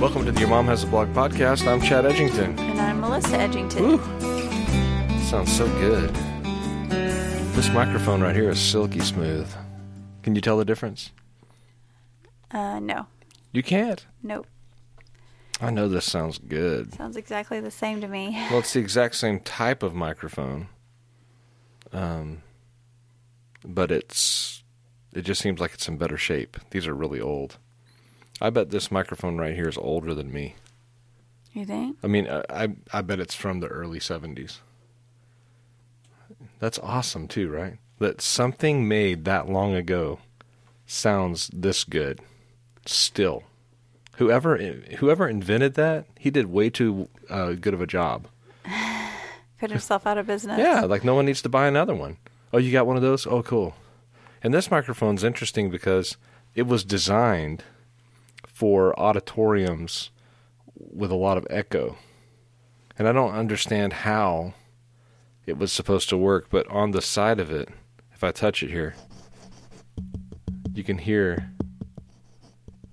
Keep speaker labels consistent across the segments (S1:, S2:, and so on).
S1: Welcome to the Your Mom Has a Blog podcast. I'm Chad Edgington.
S2: And I'm Melissa Edgington.
S1: Woo! Sounds so good. This microphone right here is silky smooth. Can you tell the difference?
S2: Uh, no,
S1: You can't.
S2: nope.
S1: I know this sounds good.
S2: Sounds exactly the same to me.
S1: Well, it's the exact same type of microphone. Um, but it's it just seems like it's in better shape. These are really old. I bet this microphone right here is older than me.
S2: You think?
S1: I mean, I I, I bet it's from the early '70s. That's awesome too, right? That something made that long ago sounds this good still. Whoever whoever invented that, he did way too uh, good of a job.
S2: Put himself out of business.
S1: Yeah, like no one needs to buy another one. Oh, you got one of those? Oh, cool. And this microphone's interesting because it was designed for auditoriums with a lot of echo. And I don't understand how it was supposed to work, but on the side of it, if I touch it here, you can hear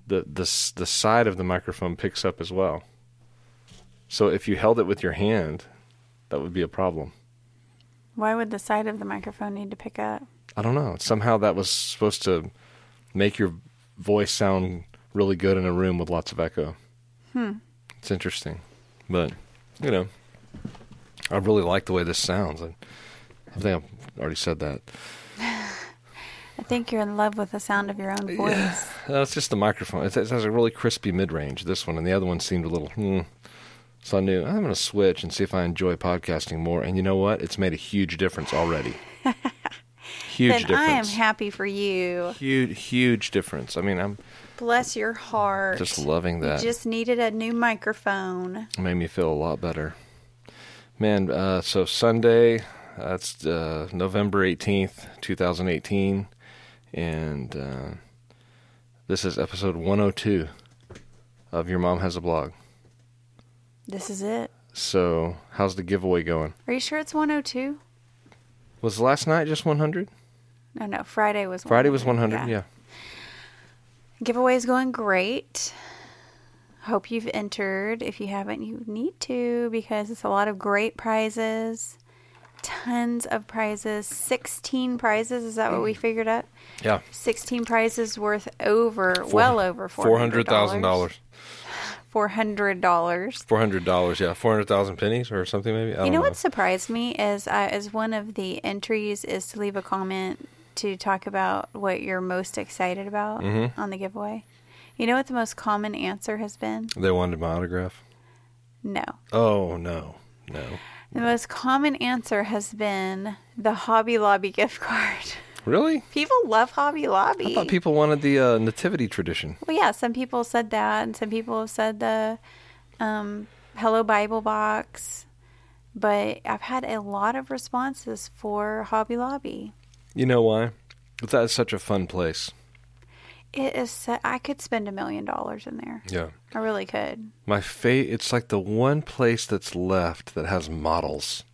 S1: the the s- the side of the microphone picks up as well. So if you held it with your hand, that would be a problem.
S2: Why would the side of the microphone need to pick up?
S1: I don't know. Somehow that was supposed to make your voice sound really good in a room with lots of echo.
S2: Hmm.
S1: It's interesting, but you know, I really like the way this sounds. I, I think I've already said that.
S2: I think you're in love with the sound of your own voice.
S1: Uh, it's just the microphone. It, it has a really crispy mid-range. This one and the other one seemed a little. Hmm. So I knew I'm going to switch and see if I enjoy podcasting more. And you know what? It's made a huge difference already. huge
S2: then
S1: difference.
S2: I am happy for you.
S1: huge, huge difference. I mean, I'm
S2: Bless your heart.
S1: just loving
S2: You
S1: that.
S2: just needed a new microphone.
S1: It made me feel a lot better man uh, so sunday that's uh, november 18th 2018 and uh, this is episode 102 of your mom has a blog
S2: This is it.
S1: so how's the giveaway going
S2: Are you sure it's 102?
S1: was last night just 100
S2: No, no. Friday was 100.
S1: friday was 100 yeah,
S2: Giveaway is going great. Hope you've entered. If you haven't, you need to because it's a lot of great prizes. Tons of prizes. 16 prizes. Is that what
S1: Mm.
S2: we figured out?
S1: yeah.
S2: 16 prizes worth over, well over $400.
S1: dollars
S2: $400.
S1: four hundred dollars yeah four hundred thousand pennies or something maybe I
S2: You
S1: don't
S2: know what surprised me is uh, is one of the entries is to leave a comment to talk about what you're most excited about
S1: Mm-hmm.
S2: on the giveaway. You know what the most common answer has been?
S1: they wanted my autograph
S2: No.
S1: oh no no
S2: The most common answer has been the Hobby Lobby gift card.
S1: really
S2: People love Hobby Lobby.
S1: I thought people wanted the uh, nativity tradition.
S2: well, yeah, some people said that, and some people have said the um, Hello Bible box. But I've had a lot of responses for Hobby Lobby.
S1: You know why? But that is such a fun place.
S2: It is. So, I could spend a million dollars in there.
S1: Yeah.
S2: I really could.
S1: My fa- it's like the one place that's left that has models.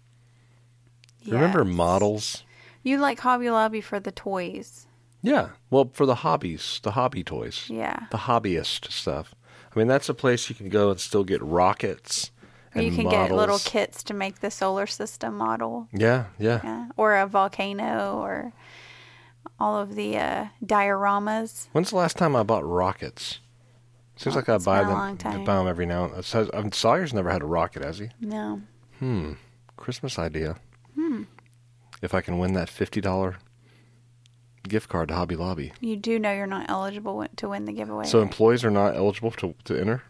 S1: Remember
S2: Yes.
S1: models?
S2: You like Hobby Lobby for the toys.
S1: Yeah. Well, for the hobbies, the hobby toys,
S2: Yeah.
S1: the hobbyist stuff. I mean, that's a place you can go and still get rockets and
S2: you can
S1: models.
S2: get little kits to make the solar system model.
S1: Yeah, yeah,
S2: yeah, or a volcano or all of the uh, dioramas.
S1: When's the last time I bought rockets? Seems like I
S2: Oh, it's
S1: buy
S2: been a
S1: them.
S2: long
S1: I
S2: time.
S1: buy them every now and then. Um, Sawyer's never had a rocket, has he?
S2: No,
S1: Hmm. Christmas idea.
S2: Hmm.
S1: If I can win that fifty dollar gift card to Hobby Lobby.
S2: you do know you're not eligible wi- to win the giveaway.
S1: So employees are not eligible to, to enter.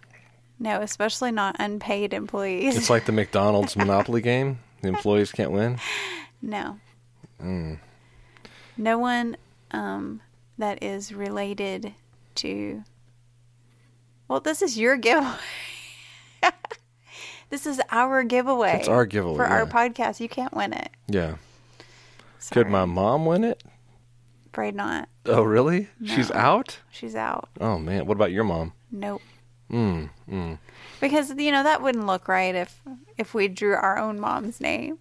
S2: no, especially not unpaid employees.
S1: It's like the McDonald's Monopoly game. The employees can't win.
S2: no,
S1: Mm.
S2: no one um, that is related to. Well, this is your giveaway. this is our giveaway.
S1: It's our giveaway,
S2: for our
S1: yeah.
S2: podcast. You can't win it.
S1: Yeah.
S2: Sorry.
S1: Could my mom win it?
S2: Afraid not.
S1: Oh really? She's
S2: No.
S1: out?
S2: She's out.
S1: Oh man. What about your mom?
S2: Nope.
S1: Mm, mm.
S2: because you know that wouldn't look right if if we drew our own mom's name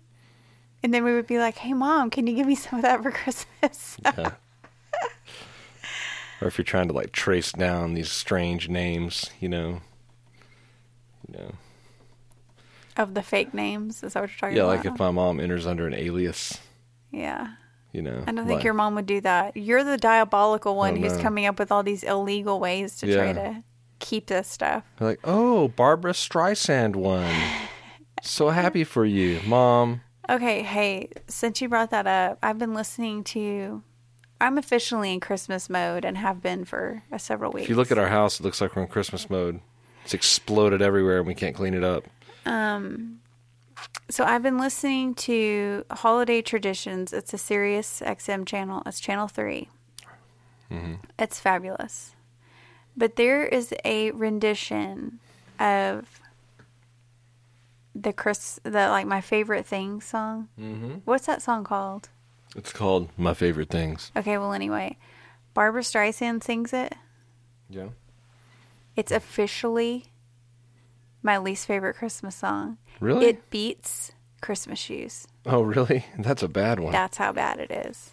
S2: and then we would be like hey mom can you give me some of that for christmas
S1: Yeah. or if you're trying to like trace down these strange names, you know. Yeah.
S2: Of the fake names, is that what you're talking
S1: Yeah,
S2: about?
S1: like if my mom enters under an alias,
S2: yeah.
S1: you know.
S2: I don't think
S1: like-
S2: your mom would do that. You're the diabolical one
S1: Oh,
S2: who's
S1: no.
S2: coming up with all these illegal ways to
S1: Yeah.
S2: try to keep this stuff.
S1: Like, oh, Barbara Streisand won. so happy for you, mom.
S2: Okay, hey, since you brought that up, I've been listening to. I'm officially in Christmas mode and have been for uh, several weeks.
S1: If you look at our house, it looks like we're in Christmas mode. It's exploded everywhere and we can't clean it up.
S2: So I've been listening to Holiday Traditions. It's a Sirius XM channel. It's channel 3 It's fabulous. But there is a rendition of the Chris, the like my favorite thing song. Mm-hmm. What's that song called?
S1: It's called My Favorite Things.
S2: Okay, well anyway, Barbara Streisand sings it.
S1: Yeah.
S2: It's officially my least favorite Christmas song.
S1: Really?
S2: It beats Christmas Shoes.
S1: Oh, really? That's a bad one.
S2: That's how bad it is.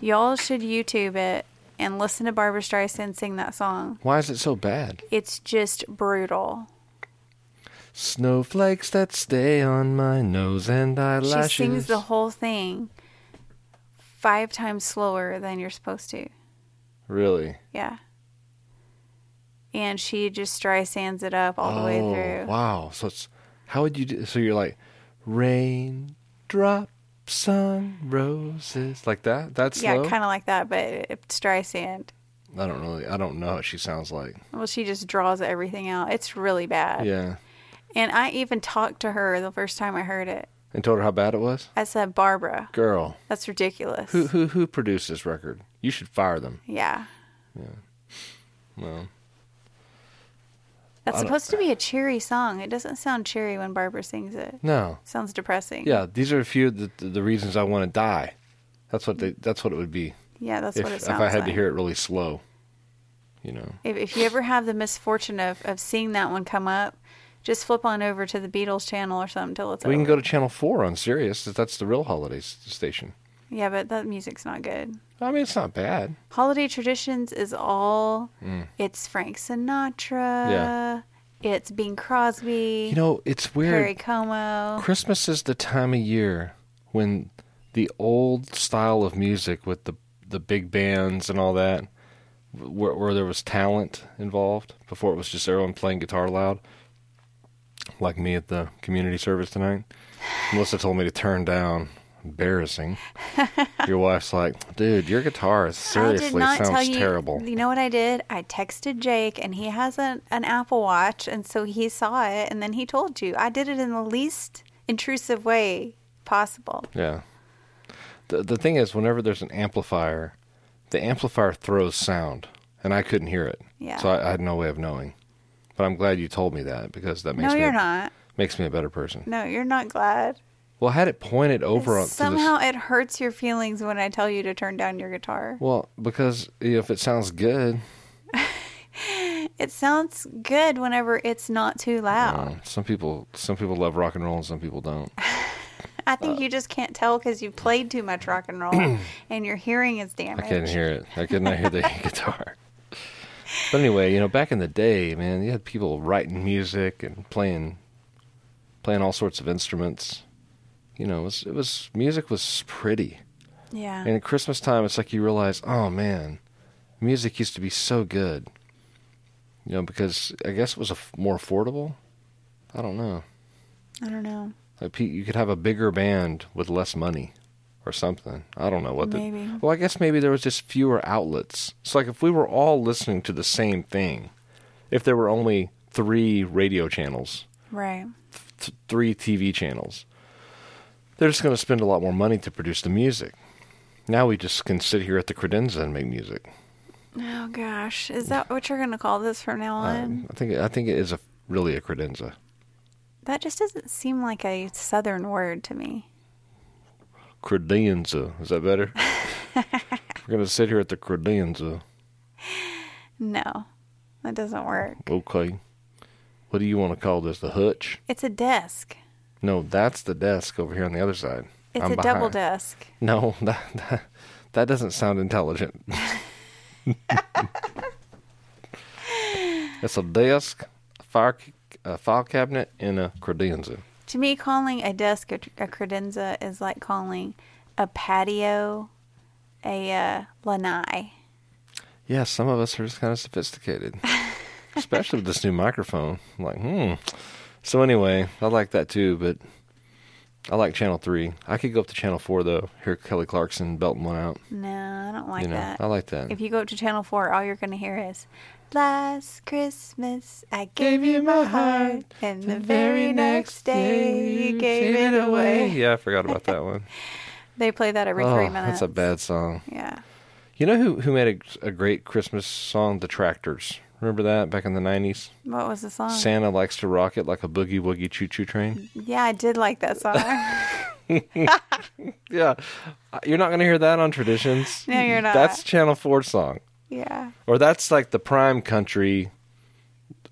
S2: Y'all should YouTube it and listen to Barbara Streisand sing that song.
S1: Why is it so bad?
S2: It's just brutal.
S1: Snowflakes that stay on my nose and eyelashes.
S2: She sings the whole thing five times slower than you're supposed to.
S1: Really?
S2: Yeah. And she just Streisands it up all the way
S1: Oh,
S2: through.
S1: Wow. So it's how would you do so you're like rain drops on roses like that? That's
S2: Yeah,
S1: slow?
S2: kind of like that, but it- Streisand.
S1: I don't really I don't know what she sounds like.
S2: Well, she just draws everything out. It's really bad.
S1: Yeah.
S2: And I even talked to her the first time I heard it.
S1: And told her how bad it was?
S2: I said, Barbara,
S1: Girl.
S2: that's ridiculous.
S1: Who who who produced this record? You should fire them.
S2: Yeah.
S1: Well,
S2: That's
S1: I don't-
S2: supposed to be a cheery song. It doesn't sound cheery when Barbara sings it.
S1: no.
S2: sounds depressing.
S1: Yeah, these are a few of the the reasons I want to die. That's what they, that's what it would be
S2: Yeah, that's
S1: if,
S2: what it
S1: if
S2: sounds
S1: I had
S2: like.
S1: to hear it really slow. You know.
S2: If, if you ever have the misfortune of, of seeing that one come up, just flip on over to the Beatles channel or something till it's
S1: We
S2: over.
S1: can go to channel 4 on Sirius. That's the real holiday s- station.
S2: yeah, but that music's not good.
S1: I mean, it's not bad.
S2: Holiday Traditions is all it's Frank Sinatra.
S1: Mm. Yeah.
S2: It's Bing Crosby.
S1: You know, it's weird.
S2: Perry Como.
S1: Christmas is the time of year when the old style of music with the the big bands and all that, where, where there was talent involved before it was just everyone playing guitar loud, like me at the community service tonight. Melissa told me to turn down. Embarrassing. Your wife's like, dude, your guitar seriously
S2: I did not
S1: sounds
S2: tell you,
S1: terrible.
S2: You know what I did? I texted Jake, and he has an, an Apple Watch, and so he saw it, and then he told you. I did it in the least intrusive way possible.
S1: Yeah. The the thing is, whenever there's an amplifier, the amplifier throws sound, and I couldn't hear it.
S2: Yeah.
S1: So I, I had no way of knowing. But I'm glad you told me that because that makes
S2: No,
S1: me
S2: you're
S1: a,
S2: not.
S1: makes me a better person.
S2: No, you're not glad.
S1: Well, I had it pointed over on to
S2: Somehow
S1: This,
S2: it hurts your feelings when I tell you to turn down your guitar.
S1: well, because you know, if it sounds good,
S2: It sounds good whenever it's not too loud.
S1: uh, some people some people love rock and roll and some people don't.
S2: I think you just can't tell because you played too much rock and roll, and your hearing is
S1: I
S2: damaged.
S1: couldn't hear it. I could not hear the guitar. But anyway, you know, back in the day, man, you had people writing music and playing, playing all sorts of instruments. You know, it was, it was music was pretty.
S2: Yeah.
S1: And at Christmas time, it's like you realize, oh man, music used to be so good. You know, because I guess it was a, more affordable. I don't know.
S2: I don't know.
S1: Like pe- you could have a bigger band with less money or something. I don't know what the
S2: Maybe.
S1: Well, I guess maybe there was just fewer outlets. It's like if we were all listening to the same thing, if there were only 3 radio channels,
S2: Right.
S1: th- 3 TV channels. They're just going to spend a lot more money to produce the music. Now we just can sit here at the credenza and make music.
S2: Oh gosh, is that what you're gonna call this from now on?
S1: Um, I think I think it is a really a credenza.
S2: that just doesn't seem like a southern word to me.
S1: Credenza, is that better? we're going to sit here at the credenza.
S2: No, that doesn't work.
S1: Okay. What do you want to call this? The hutch?
S2: It's a desk.
S1: No, that's the desk over here on the other side.
S2: It's
S1: I'm
S2: a double
S1: behind.
S2: desk.
S1: No, that, that that doesn't sound intelligent. it's a desk, a fire a file cabinet and a credenza.
S2: To me, calling a desk a, a credenza is like calling a patio a uh, lanai.
S1: Yeah, some of us are just kind of sophisticated, especially with this new microphone. I'm like, hmm. So anyway, I like that too, but I like Channel Three. I could go up to Channel Four though. Hear Kelly Clarkson belting one out.
S2: No, I don't like
S1: you know,
S2: that.
S1: I like that.
S2: If you go up to Channel 4, all you're going to hear is Last Christmas, I gave you my heart, and the very next day, you gave it away.
S1: Yeah, I forgot about that one.
S2: They play that every
S1: oh,
S2: three minutes.
S1: that's a bad song.
S2: Yeah.
S1: You know who who made a, a great Christmas song? The Tractors. Remember that back in the nineties?
S2: What was the song?
S1: Santa likes to rock it like a boogie woogie choo choo train.
S2: yeah, I did like that song.
S1: Yeah, Uh, you're not going to hear that on Traditions.
S2: No, you're not.
S1: That's Channel Four song,
S2: yeah.
S1: or that's like the prime country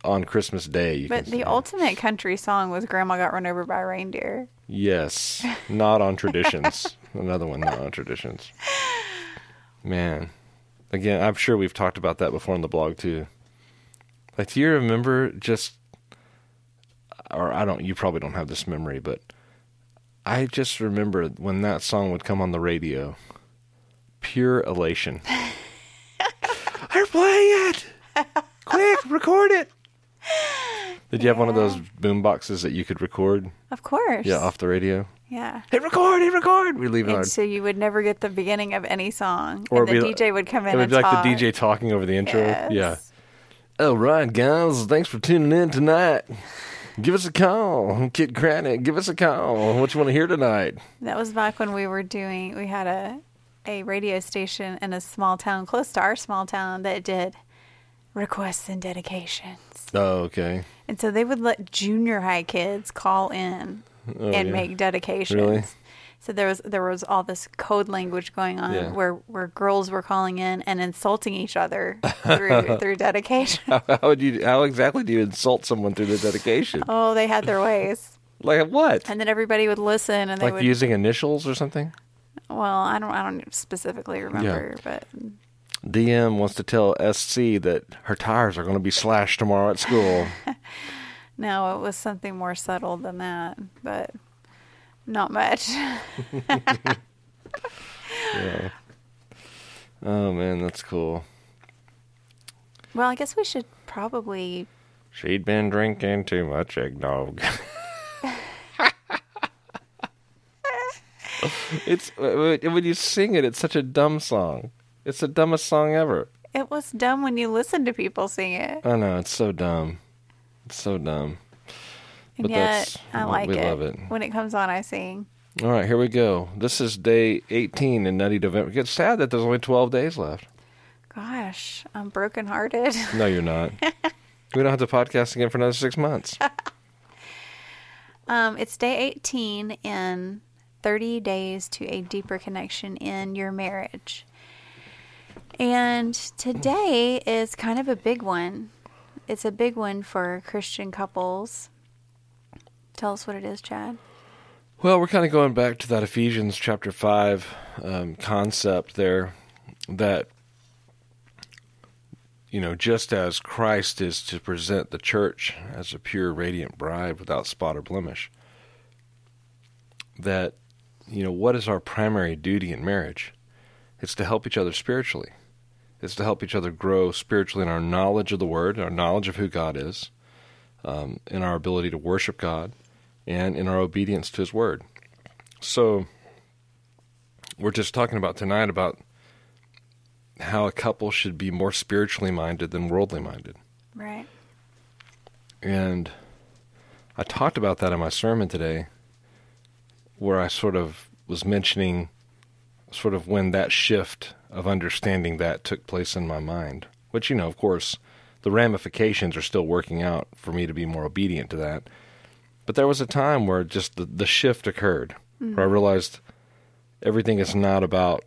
S1: on Christmas Day. You
S2: But
S1: can
S2: the
S1: sing.
S2: ultimate country song was Grandma Got Run Over by a Reindeer.
S1: Yes, not on traditions. Another one, not on traditions. Man, again, I'm sure we've talked about that before on the blog too. Like, do you remember just, or I don't, you probably don't have this memory, but I just remember when that song would come on the radio, pure elation. They're playing it! Quick, record it! Did you have one of those boom boxes that you could record?
S2: Of course.
S1: Yeah, off the radio.
S2: Yeah.
S1: Hit record, hit record. We leave it on.
S2: And so you would never get the beginning of any song.
S1: Or
S2: and the
S1: it'd be like-
S2: DJ would come in
S1: It would
S2: and
S1: be like
S2: talk.
S1: the DJ talking over the intro.
S2: Yes.
S1: Yeah. All right, guys. Thanks for tuning in tonight. Give us a call. Kid Cranit, give us a call. What you want to hear tonight?
S2: That was back when we were doing. We had a a radio station in a small town close to our small town that did requests and dedications,
S1: Oh, okay.
S2: and so they would let junior high kids call in
S1: Oh,
S2: and
S1: yeah.
S2: make dedications.
S1: Really?
S2: So there was there was all this code language going on
S1: Yeah.
S2: where where girls were calling in and insulting each other through through dedication.
S1: How would you? How exactly do you insult someone through the dedication?
S2: Oh, they had their ways.
S1: Like what?
S2: And then everybody would listen, and they
S1: Like
S2: would.
S1: using initials or something?
S2: Well, I don't, I don't specifically remember, but
S1: DM wants to tell SC that her tires are going to be slashed tomorrow at school.
S2: No, it was something more subtle than that, but not much.
S1: oh man, that's cool.
S2: Well, I guess we should probably.
S1: She'd been drinking too much eggnog. it's uh, uh, when you sing it, it's such a dumb song. It's the dumbest song ever.
S2: It was dumb when you listen to people sing it,
S1: I know it's so dumb. It's so dumb.
S2: and
S1: But
S2: yet
S1: that's-
S2: I
S1: we-
S2: like
S1: we
S2: it.
S1: love it.
S2: When it comes on, I sing.
S1: All right, here we go. This is day 18 in Nutty November. It's sad that there's only 12 days left.
S2: Gosh, I'm brokenhearted.
S1: No, you're not. we don't have to podcast again for another six months.
S2: Um, it's day 18 in 30 days to a deeper connection in your marriage. And today is kind of a big one. It's a big one for Christian couples. Tell us what it is, Chad.
S1: Well, we're kind of going back to that Ephesians chapter 5 um, concept there that, you know, just as Christ is to present the church as a pure, radiant bride without spot or blemish, that, you know, what is our primary duty in marriage? It's to help each other spiritually, it's to help each other grow spiritually in our knowledge of the Word, our knowledge of who God is, um, in our ability to worship God and in our obedience to his word. So we're just talking about tonight about how a couple should be more spiritually minded than worldly minded.
S2: Right.
S1: And I talked about that in my sermon today where I sort of was mentioning sort of when that shift of understanding that took place in my mind, which you know, of course, the ramifications are still working out for me to be more obedient to that. But there was a time where just the, the shift occurred, where I realized everything is not about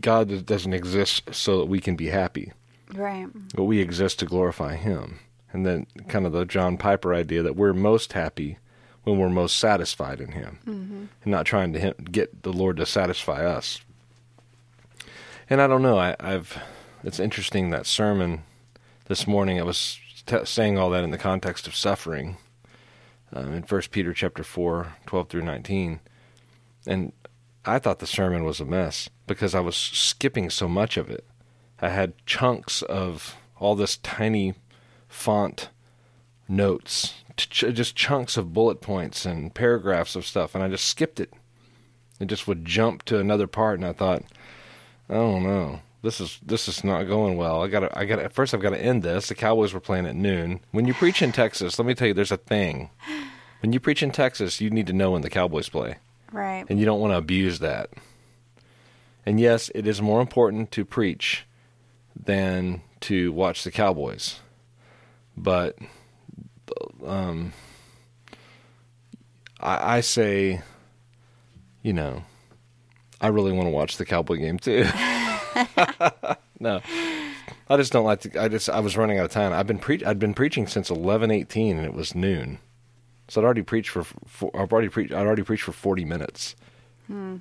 S1: God doesn't exist so that we can be happy
S2: Right.
S1: but we exist to glorify him. And then kind of the John Piper idea that we're most happy when we're most satisfied in him and not trying to him, get the Lord to satisfy us. And I don't know, I, I've, it's interesting that sermon this morning, I was t- saying all that in the context of suffering um, in 1 Peter chapter 4, 12 through 19. And I thought the sermon was a mess because I was skipping so much of it. I had chunks of all this tiny font notes, t- ch- just chunks of bullet points and paragraphs of stuff, and I just skipped it. It just would jump to another part, and I thought, I don't know. This is this is not going well. I gotta I gotta first I've gotta end this. The Cowboys were playing at noon. When you preach in Texas, let me tell you there's a thing. When you preach in Texas, you need to know when the Cowboys play.
S2: Right.
S1: And you don't want to abuse that. And yes, it is more important to preach than to watch the Cowboys. But um, I, I say, you know, I really want to watch the Cowboy game too. no, I just don't like to. I just I was running out of time. I've been pre- I'd been preaching since eleven eighteen, and it was noon. So I'd already preached for, for I've already preached I'd already preached for forty minutes,
S2: Hmm.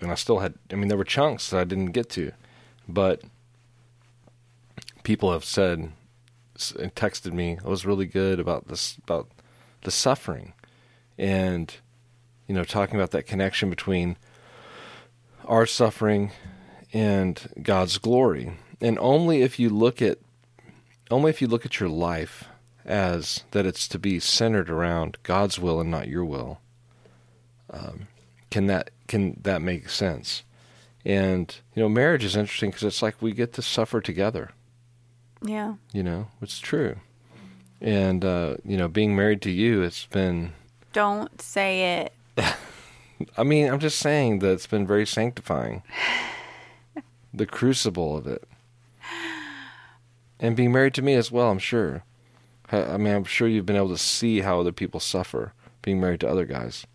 S1: and I still had. I mean, there were chunks that I didn't get to, but people have said s- and texted me. It was really good about this about the suffering, and you know, talking about that connection between our suffering and God's glory. And only if you look at only if you look at your life as that it's to be centered around God's will and not your will, um, can that can that make sense? And you know, marriage is interesting because it's like we get to suffer together.
S2: Yeah.
S1: You know, it's true. And uh, you know, being married to you, it's been.
S2: Don't say it.
S1: I mean, I'm just saying that it's been very sanctifying. the crucible of it. And being married to me as well, I'm sure. I I mean, I'm sure you've been able to see how other people suffer being married to other guys.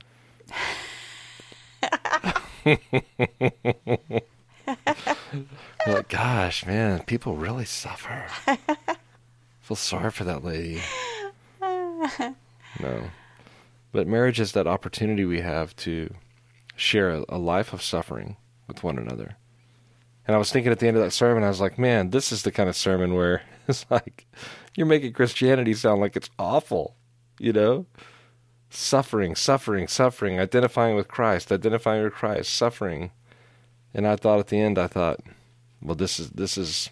S1: You're like, gosh, man, people really suffer. Feel sorry for that lady. No. But marriage is that opportunity we have to share a, a life of suffering with one another. And I was thinking at the end of that sermon, I was like, man, this is the kind of sermon where it's like, you're making Christianity sound like it's awful, you know? Suffering, suffering, suffering, identifying with Christ, identifying with Christ, suffering. And I thought at the end, I thought, well, this is, this is,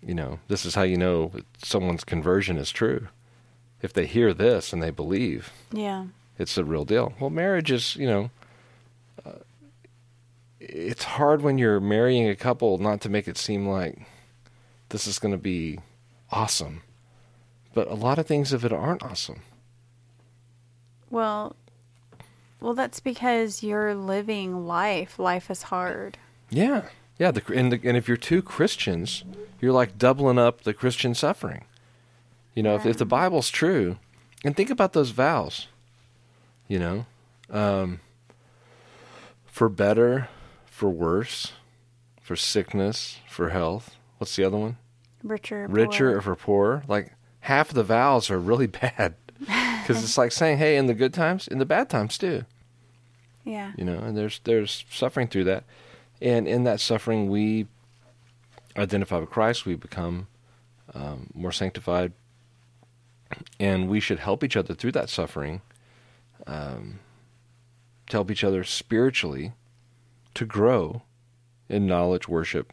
S1: you know, this is how you know that someone's conversion is true. If they hear this and they believe,
S2: Yeah.
S1: it's the real deal. Well, marriage is, you know, uh, it's hard when you're marrying a couple not to make it seem like this is going to be awesome. But a lot of things of it aren't awesome.
S2: Well, well, that's because you're living life. Life is hard.
S1: Yeah. Yeah. The, and, the, and if you're two Christians, you're like doubling up the Christian suffering. You know, if, if the Bible's true, and think about those vows, you know, um, for better, for worse, for sickness, for health. What's the other one?
S2: Richer.
S1: richer
S2: poorer.
S1: or for poorer. Like half of the vows are really bad because it's like saying, "Hey, in the good times, in the bad times too."
S2: Yeah.
S1: You know, and there's there's suffering through that, and in that suffering, we identify with Christ. We become um, more sanctified, and we should help each other through that suffering. Um, to help each other spiritually to grow in knowledge, worship,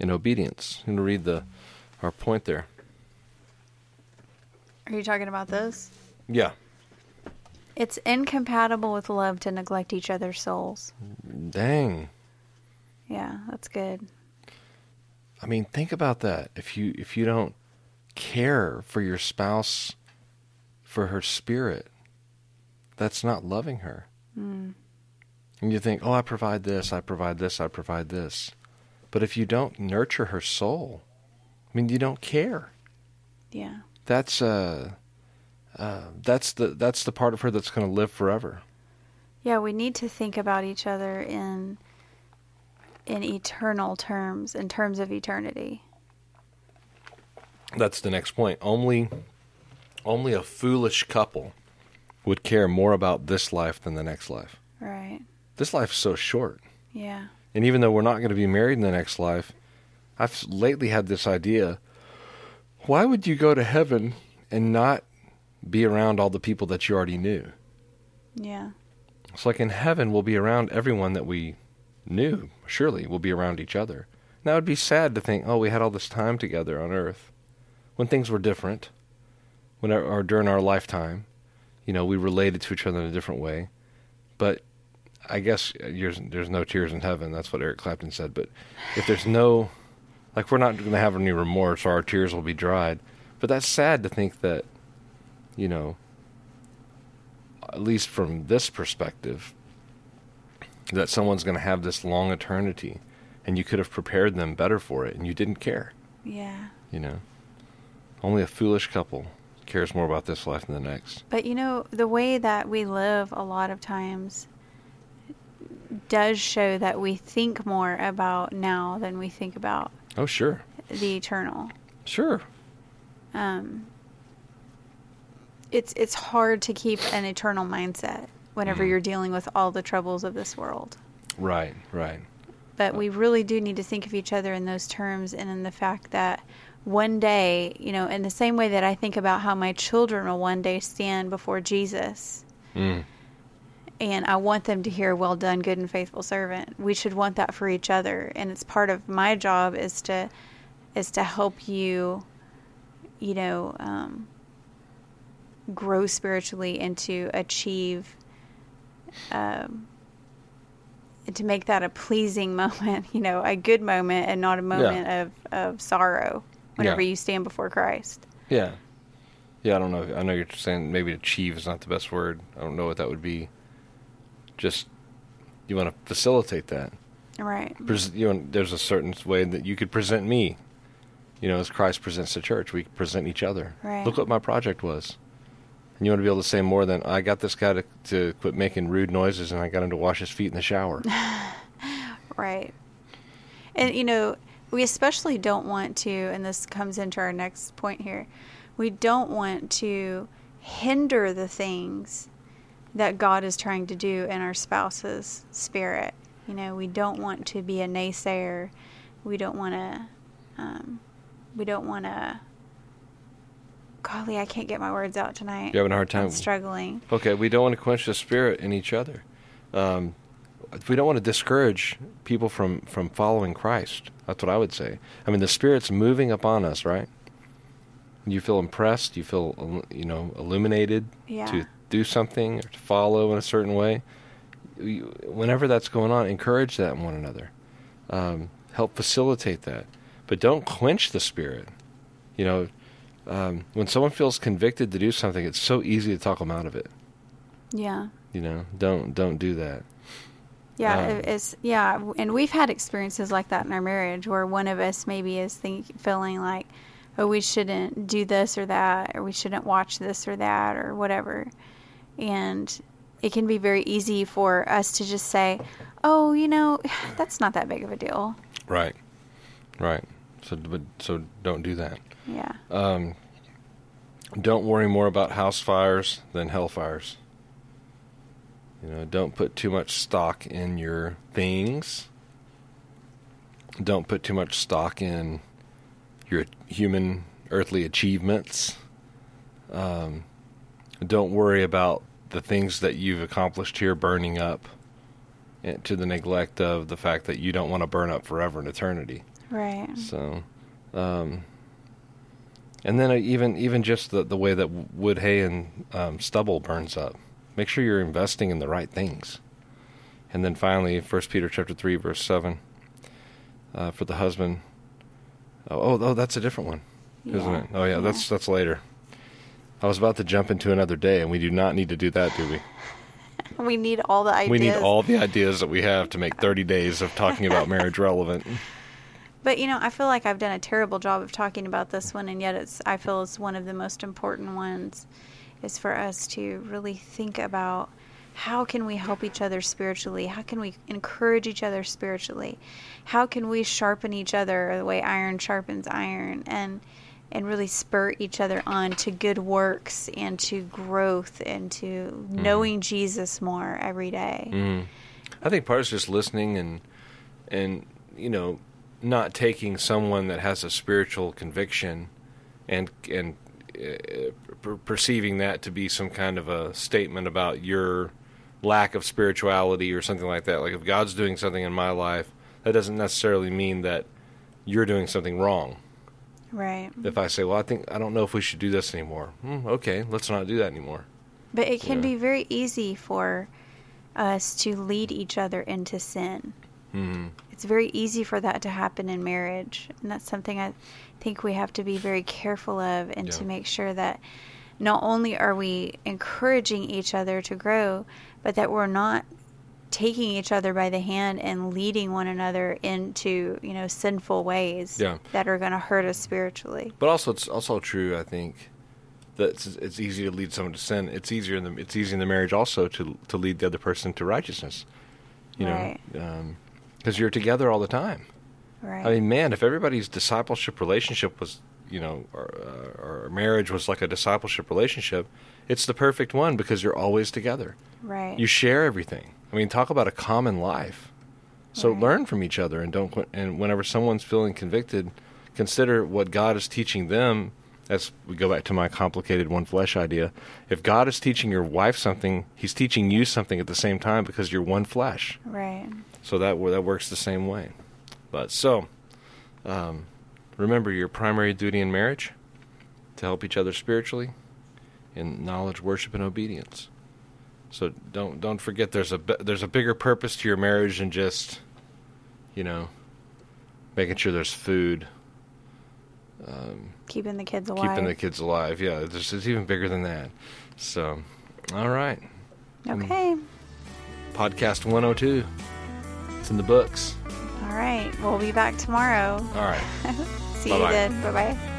S1: and obedience. I'm going to read the our point there.
S2: Are you talking about this?
S1: Yeah.
S2: It's incompatible with love to neglect each other's souls.
S1: Dang.
S2: Yeah, that's good.
S1: I mean, think about that. If you if you don't care for your spouse for her spirit, that's not loving her. And you think, "Oh, I provide this, I provide this, I provide this." But if you don't nurture her soul, I mean, you don't care.
S2: Yeah.
S1: That's uh, uh that's the that's the part of her that's going to live forever.
S2: Yeah, we need to think about each other in in eternal terms, in terms of eternity.
S1: That's the next point. Only only a foolish couple would care more about this life than the next life.
S2: Right.
S1: This life's so short.
S2: Yeah.
S1: And even though we're not going to be married in the next life, I've lately had this idea why would you go to heaven and not be around all the people that you already knew?
S2: Yeah.
S1: It's like in heaven, we'll be around everyone that we knew. Surely we'll be around each other. Now it'd be sad to think, oh, we had all this time together on earth when things were different, when our, or during our lifetime, you know, we related to each other in a different way. But I guess there's, there's no tears in heaven. That's what Eric Clapton said. But if there's no, like, we're not going to have any remorse or our tears will be dried. But that's sad to think that, you know, at least from this perspective, that someone's going to have this long eternity and you could have prepared them better for it and you didn't care,
S2: Yeah.
S1: you know? Only a foolish couple cares more about this life than the next.
S2: But you know, the way that we live a lot of times does show that we think more about now than we think about
S1: Oh, sure.
S2: the eternal.
S1: Sure.
S2: Um, it's it's hard to keep an eternal mindset whenever
S1: Mm.
S2: you're dealing with all the troubles of this world.
S1: Right, right.
S2: But we really do need to think of each other in those terms and in the fact that one day, you know, in the same way that I think about how my children will one day stand before Jesus
S1: Mm.
S2: and I want them to hear well done good and faithful servant. We should want that for each other and it's part of my job is to is to help you you know um, grow spiritually and to achieve um, and to make that a pleasing moment, you know, a good moment and not a moment of, of sorrow whenever
S1: Yeah.
S2: you stand before Christ.
S1: Yeah. Yeah, I don't know. I know you're saying maybe achieve is not the best word. I don't know what that would be. Just, you want to facilitate that.
S2: Right.
S1: pres- you know, there's a certain way that you could present me, you know, as Christ presents the church. We present each other.
S2: Right.
S1: Look what my project was. And you want to be able to say more than I got this guy to, to quit making rude noises and I got him to wash his feet in the shower.
S2: Right. And, you know, we especially don't want to, and this comes into our next point here, we don't want to hinder the things that God is trying to do in our spouse's spirit. You know, we don't want to be a naysayer. We don't want to, um, we don't want to, golly, I can't get my words out tonight.
S1: You're having a hard time.
S2: I'm struggling.
S1: Okay, we don't want to quench the spirit in each other. Um, we don't want to discourage people from, from following Christ. That's what I would say. I mean, the Spirit's moving upon us, right? You feel impressed. You feel, il- you know, illuminated
S2: Yeah.
S1: to do something or to follow in a certain way. You- Whenever that's going on, encourage that in one another. Um, help facilitate that, but don't quench the Spirit. You know, um, when someone feels convicted to do something, it's so easy to talk them out of it
S2: Yeah.
S1: you know don't don't do that
S2: Yeah,
S1: Um,
S2: it- it's yeah, w- and we've had experiences like that in our marriage where one of us maybe is think, feeling like, oh, we shouldn't do this or that, or we shouldn't watch this or that, or whatever, and it can be very easy for us to just say, oh, you know, that's not that big of a deal.
S1: right right so but so don't do that
S2: Yeah,
S1: um don't worry more about house fires than hell fires you know don't put too much stock in your things don't put too much stock in your human earthly achievements um don't worry about the things that you've accomplished here burning up and to the neglect of the fact that you don't want to burn up forever in eternity
S2: right.
S1: so, um, and then uh, even even just the the way that w- wood, hay, and um, stubble burns up. Make sure you're investing in the right things. And then finally, First Peter chapter three verse seven. Uh, for the husband. Oh, oh, oh, that's a different one, isn't
S2: Yeah.
S1: it? Oh yeah, that's that's later. I was about to jump into another day, and we do not need to do that, do we?
S2: We need all the ideas.
S1: We need all the ideas that we have to make 30 days of talking about marriage relevant.
S2: But you know, I feel like I've done a terrible job of talking about this one, and yet it's I feel it's one of the most important ones. Is for us to really think about how can we help each other spiritually? How can we encourage each other spiritually? How can we sharpen each other the way iron sharpens iron, and and really spur each other on to good works and to growth and to knowing Jesus more every day.
S1: Mm. Mm-hmm. I think part is just listening and and you know not taking someone that has a spiritual conviction and and uh, per- perceiving that to be some kind of a statement about your lack of spirituality or something like that. Like if God's doing something in my life, that doesn't necessarily mean that you're doing something wrong.
S2: Right.
S1: If I say, "Well, I think I don't know if we should do this anymore," hmm, okay, let's not do that anymore.
S2: But it can
S1: Yeah.
S2: be very easy for us to lead each other into sin.
S1: Hmm.
S2: It's very easy for that to happen in marriage. And that's something I think we have to be very careful of and to
S1: Yeah.
S2: make sure that not only are we encouraging each other to grow, but that we're not taking each other by the hand and leading one another into, you know, sinful ways
S1: Yeah.
S2: that are going to hurt us spiritually.
S1: But also, it's also true. I think that it's, it's easy to lead someone to sin. It's easier in the it's easy in the marriage also to to lead the other person to righteousness. You know,
S2: Right.
S1: because you're together all the time.
S2: Right.
S1: I mean, man, if everybody's discipleship relationship was you know or, uh, or marriage was like a discipleship relationship, it's the perfect one because you're always together.
S2: right.
S1: You share everything. I mean, talk about a common life. So
S2: Right.
S1: learn from each other and don't. qu- And whenever someone's feeling convicted, consider what God is teaching them. As we go back to my complicated one flesh idea, if God is teaching your wife something, He's teaching you something at the same time because you're one flesh.
S2: right.
S1: So that that works the same way. But so, um, remember your primary duty in marriage to help each other spiritually in knowledge, worship, and obedience. So don't don't forget there's a bi- there's a bigger purpose to your marriage than just, you know, making sure there's food,
S2: Keeping the kids alive.
S1: keeping the kids alive. Yeah, there's, it's even bigger than that. So, all right,
S2: Okay.
S1: podcast 102. It's in the books.
S2: All right. We'll be back tomorrow.
S1: All right.
S2: See
S1: Bye-bye.
S2: you then. Bye bye.